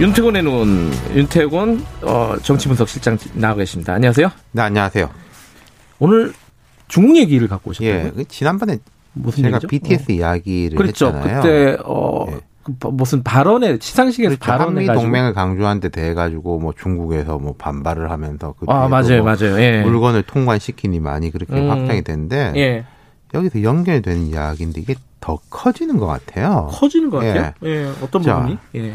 윤태곤의 눈, 윤태곤 어, 정치분석 실장 나와 계십니다. 안녕하세요. 네, 안녕하세요. 오늘 중국 얘기를 갖고 오셨다고요? 예, 그 지난번에 무슨 제가 얘기죠? 어. BTS 이야기를 그렇죠. 했잖아요. 그때 어, 예. 그 바- 무슨 발언에 시상식에서 그렇죠. 한미 발언해 가지고 동맹을 강조한 데 대해 가지고 뭐 중국에서 뭐 반발을 하면서 그 아, 뒤에도 맞아요. 뭐 맞아요. 예. 물건을 통관시키니 많이 그렇게 음. 확장이 됐는데 예. 여기서 연결되는 이야기인데 이게 더 커지는 것 같아요. 커지는 것 같아요. 예. 어떤 자. 부분이? 예.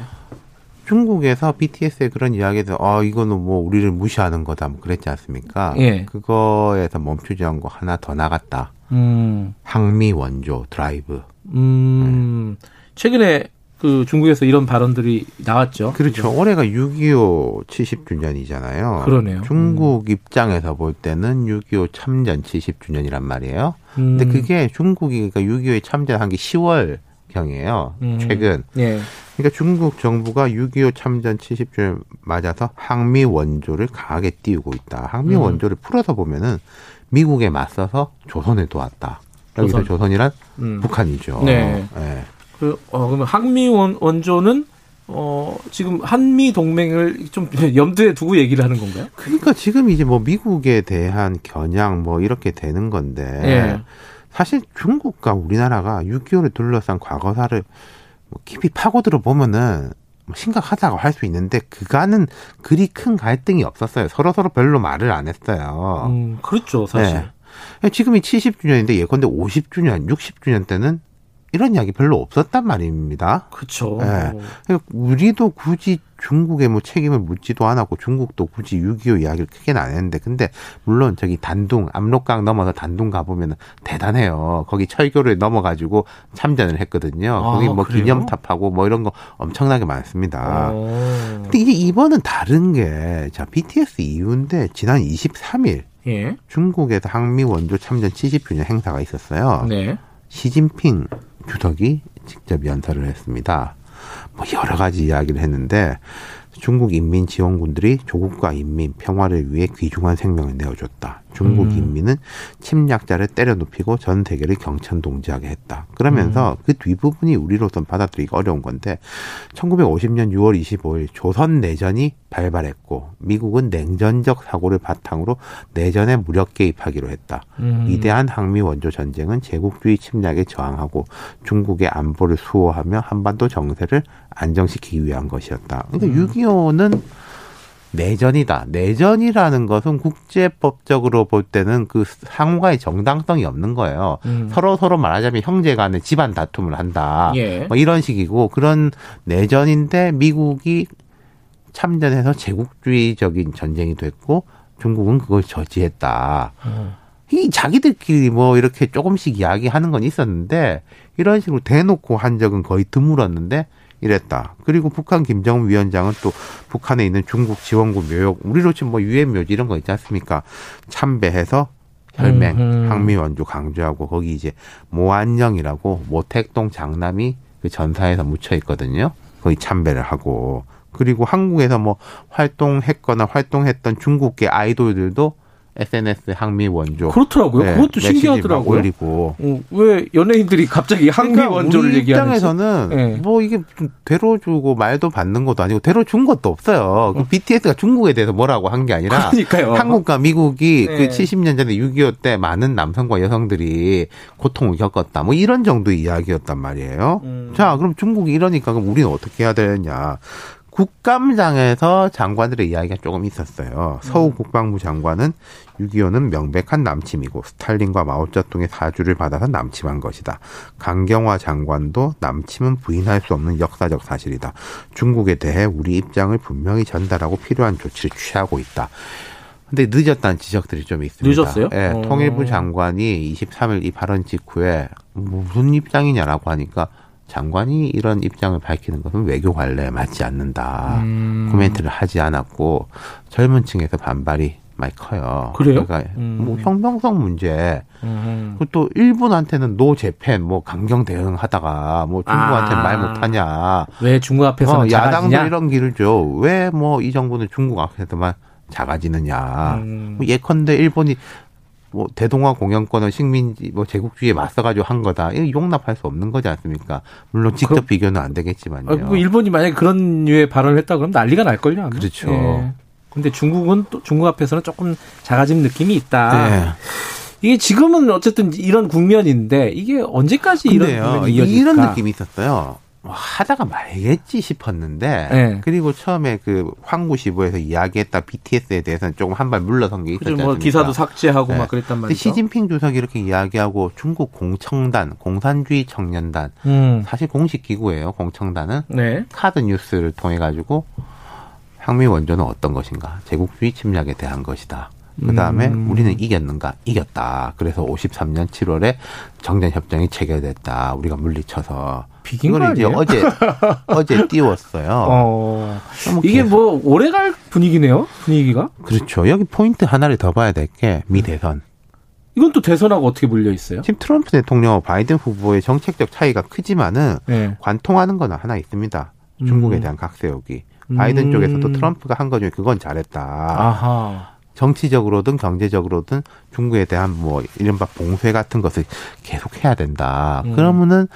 중국에서 BTS의 그런 이야기에서 아 이거는 뭐 우리를 무시하는 거다 뭐 그랬지 않습니까? 예. 그거에서 멈추지 않고 하나 더 나갔다. 음. 항미 원조 드라이브. 음. 최근에 그 중국에서 이런 발언들이 나왔죠. 그렇죠. 올해가 6.25 70주년이잖아요. 그러네요. 음. 중국 입장에서 볼 때는 6.25 참전 70주년이란 말이에요. 음. 근데 그게 중국이 그러니까 6.25에 참전한 게 10월 경이에요. 음. 최근. 예. 그러니까 중국 정부가 6.25 참전 70주년 맞아서 항미 원조를 강하게 띄우고 있다. 항미 음. 원조를 풀어서 보면은 미국에 맞서서 조선에 도왔다. 여기서 조선. 조선. 이란 음. 북한이죠. 네. 예. 그, 어, 그러면 한미 원, 원조는 어, 지금 한미 동맹을 좀 염두에 두고 얘기를 하는 건가요? 그러니까 지금 이제 뭐 미국에 대한 겨냥 뭐 이렇게 되는 건데 예. 사실 중국과 우리나라가 6.25를 둘러싼 과거사를 뭐 깊이 파고들어 보면은 뭐 심각하다고 할 수 있는데 그간은 그리 큰 갈등이 없었어요. 서로 서로 별로 말을 안 했어요. 네. 예, 음, 그렇죠, 사실. 지금이 70주년인데 예컨대 50주년, 60주년 때는 이런 이야기 별로 없었단 말입니다. 그렇죠. 예. 그러니까 우리도 굳이 중국에 뭐 책임을 묻지도 않았고 중국도 굳이 6.25 이야기를 크게는 안 했는데 근데 물론 저기 단둥 압록강 넘어서 단둥 가보면 은 대단해요. 거기 철교를 넘어가지고 참전을 했거든요. 아, 거기 뭐 그래요? 기념탑하고 뭐 이런 거 엄청나게 많습니다. 어. 근데 이제 이번은 다른 게, 자, BTS 이후인데, 지난 23일, 예. 중국에서 항미 원조 참전 70주년 행사가 있었어요. 네. 시진핑 주석이 직접 연설을 했습니다. 뭐 여러 가지 이야기를 했는데 중국 인민 지원군들이 조국과 인민 평화를 위해 귀중한 생명을 내어줬다. 중국 음. 인민은 침략자를 때려눕히고 전 세계를 경천동지하게 했다. 그러면서 그 뒷부분이 우리로선 받아들이기 어려운 건데 1950년 6월 25일 조선 내전이 발발했고 미국은 냉전적 사고를 바탕으로 내전에 무력 개입하기로 했다. 음. 위대한 항미 원조 전쟁은 제국주의 침략에 저항하고 중국의 안보를 수호하며 한반도 정세를 안정시키기 위한 것이었다. 그러니까 6.25는 내전이다. 내전이라는 것은 국제법적으로 볼 때는 그 상호간의 정당성이 없는 거예요. 음. 서로 서로 말하자면 형제 간의 집안 다툼을 한다. 예. 뭐 이런 식이고 그런 내전인데 미국이 참전해서 제국주의적인 전쟁이 됐고 중국은 그걸 저지했다. 어. 이 자기들끼리 뭐 이렇게 조금씩 이야기하는 건 있었는데 이런 식으로 대놓고 한 적은 거의 드물었는데 이랬다. 그리고 북한 김정은 위원장은 또 북한에 있는 중국 지원군 묘역, 우리로 치면 뭐 유엔 묘지 이런 거 있지 않습니까? 참배해서 혈맹, 음흠. 항미 원조 강조하고 거기 이제 모안영이라고 모택동 장남이 그 전사에서 묻혀 있거든요. 거기 참배를 하고 그리고 한국에서 뭐 활동했거나 활동했던 중국계 아이돌들도 SNS 항미 원조 그렇더라고요. 네, 그것도 메시지 막 신기하더라고요. 올리고 어, 왜 연예인들이 갑자기 한미 그러니까 원조를 우리 얘기하는지. 입장에서는 예. 뭐 이게 좀 대로 주고 말도 받는 것도 아니고 대로 준 것도 없어요. 그 BTS가 중국에 대해서 뭐라고 한 게 아니라 그러니까요. 한국과 미국이 네. 그 70년 전에 6.25 때 많은 남성과 여성들이 고통을 겪었다. 뭐 이런 정도의 이야기였단 말이에요. 음. 자, 그럼 중국이 이러니까 그럼 우리는 어떻게 해야 되느냐. 국감장에서 장관들의 이야기가 조금 있었어요. 서우 음. 국방부 장관은 6.25는 명백한 남침이고 스탈린과 마오쩌둥의 사주를 받아서 남침한 것이다. 강경화 장관도 남침은 부인할 수 없는 역사적 사실이다. 중국에 대해 우리 입장을 분명히 전달하고 필요한 조치를 취하고 있다. 근데 늦었다는 지적들이 좀 있습니다. 늦었어요? 예, 어. 통일부 장관이 23일 이 발언 직후에 무슨 입장이냐라고 하니까 장관이 이런 입장을 밝히는 것은 외교 관례에 맞지 않는다. 음. 코멘트를 하지 않았고 젊은 층에서 반발이 많이 커요. 그래요? 그러니까 음. 뭐 형평성 문제, 음. 그리고 또 일본한테는 노 재팬 뭐 강경 대응하다가 뭐 중국한테 아. 말 못하냐. 왜 중국 앞에서 어, 는 야당도 작아지냐? 이런 길을 줘. 왜 뭐 이 정부는 중국 앞에서만 작아지느냐. 음. 뭐 예컨대 일본이 뭐 대동아 공영권을 식민지 뭐 제국주의에 맞서가지고 한 거다. 이거 용납할 수 없는 거지 않습니까? 물론 직접 그럼- 비교는 안 되겠지만요. 네. 아, 뭐 일본이 만약에 그런 류의 발언을 했다 그러면 난리가 날 걸요. 아마? 예. 그렇죠. 근데 중국은 또 중국 앞에서는 조금 작아진 느낌이 있다. 네. 이게 지금은 어쨌든 이런 국면인데 이게 언제까지 이런 근데요 국면이 이런, 이어질까? 느낌이 있었어요. 뭐 하다가 말겠지 싶었는데 네. 그리고 처음에 그 황구시부에서 이야기했다 BTS에 대해서는 조금 한 발 물러선 게 있었지 그죠? 않습니까? 뭐 기사도 삭제하고 네. 막 그랬단 근데 말이죠. 시진핑 주석이 이렇게 이야기하고 중국 공청단, 공산주의 청년단, 음. 사실 공식 기구예요. 공청단은 네. 카드 뉴스를 통해 가지고 항미 원조는 어떤 것인가, 제국주의 침략에 대한 것이다. 그 다음에 음. 우리는 이겼는가? 이겼다. 그래서 53년 7월에 정전협정이 체결됐다. 우리가 물리쳐서. 비긴 이걸 거 이제 아니에요? 어제, 어제 띄웠어요. 어. 뭐 이게 계속- 뭐 오래 갈 분위기네요. 분위기가. 그렇죠. 여기 포인트 하나를 더 봐야 될 게 미 네. 대선. 이건 또 대선하고 어떻게 물려 있어요? 지금 트럼프 대통령, 바이든 후보의 정책적 차이가 크지만은 네. 관통하는 건 하나 있습니다. 음. 중국에 대한 각세우기. 바이든 음. 쪽에서도 트럼프가 한 거 중에 그건 잘했다. 아하. 정치적으로든 경제적으로든 중국에 대한 뭐 이른바 봉쇄 같은 것을 계속 해야 된다. 음. 그러면은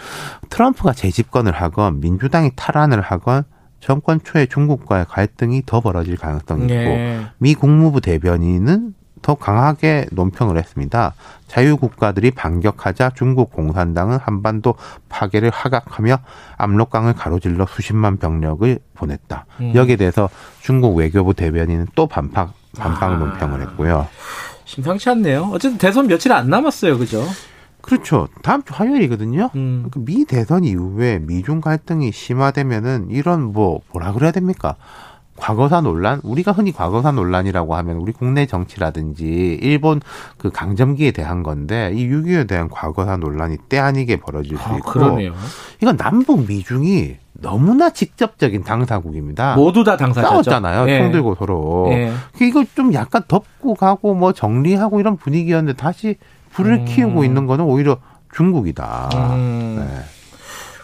트럼프가 재집권을 하건 민주당이 탈환을 하건 정권 초에 중국과의 갈등이 더 벌어질 가능성이 있고 네. 미 국무부 대변인은 더 강하게 논평을 했습니다. 자유국가들이 반격하자 중국 공산당은 한반도 파괴를 하각하며 압록강을 가로질러 수십만 병력을 보냈다. 음. 여기에 대해서 중국 외교부 대변인은 또 반박, 반박 아. 논평을 했고요. 심상치 않네요. 어쨌든 대선 며칠 안 남았어요. 그죠? 그렇죠. 다음 주 화요일이거든요. 음. 그미 대선 이후에 미중 갈등이 심화되면은 이런 뭐 뭐라 그래야 됩니까? 과거사 논란 우리가 흔히 과거사 논란이라고 하면 우리 국내 정치라든지 일본 그 강점기에 대한 건데 이 6.25에 대한 과거사 논란이 때 아니게 벌어질 수 아, 있고 그러네요. 이건 남북 미중이 너무나 직접적인 당사국입니다. 모두 다뭐 당사자죠. 아, 싸웠잖아요. 예. 총 들고 서로. 예. 이거 좀 약간 덮고 가고 뭐 정리하고 이런 분위기였는데 다시 불을 음. 키우고 있는 거는 오히려 중국이다. 음. 네.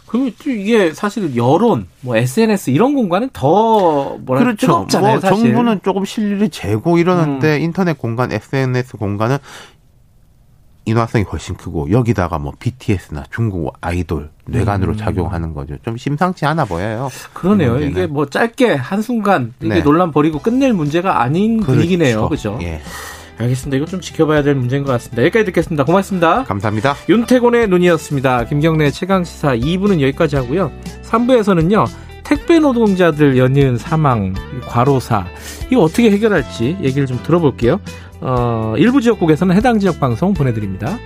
그리고 또 이게 사실 여론, 뭐 SNS 이런 공간은 더 뭐라 그렇죠. 뜨겁잖아요, 뭐 사실. 음. 정부는 조금 실리를 재고 이러는데 인터넷 공간, SNS 공간은 인화성이 훨씬 크고 여기다가 뭐 BTS나 중국 아이돌 뇌관으로 음. 작용하는 거죠. 좀 심상치 않아 보여요. 그러네요. 이 문제는. 이게 뭐 짧게 한 순간 이게 네. 그렇죠. 논란 버리고 끝낼 문제가 아닌 분위기네요. 그죠? 예. 알겠습니다. 이거 좀 지켜봐야 될 문제인 것 같습니다. 여기까지 듣겠습니다. 고맙습니다. 감사합니다. 윤태곤의 눈이었습니다. 김경래 최강 시사 2부는 여기까지 하고요. 3부에서는요. 택배 노동자들 연이은 사망, 과로사 이거 어떻게 해결할지 얘기를 좀 들어볼게요. 어, 일부 지역국에서는 해당 지역 방송 보내드립니다.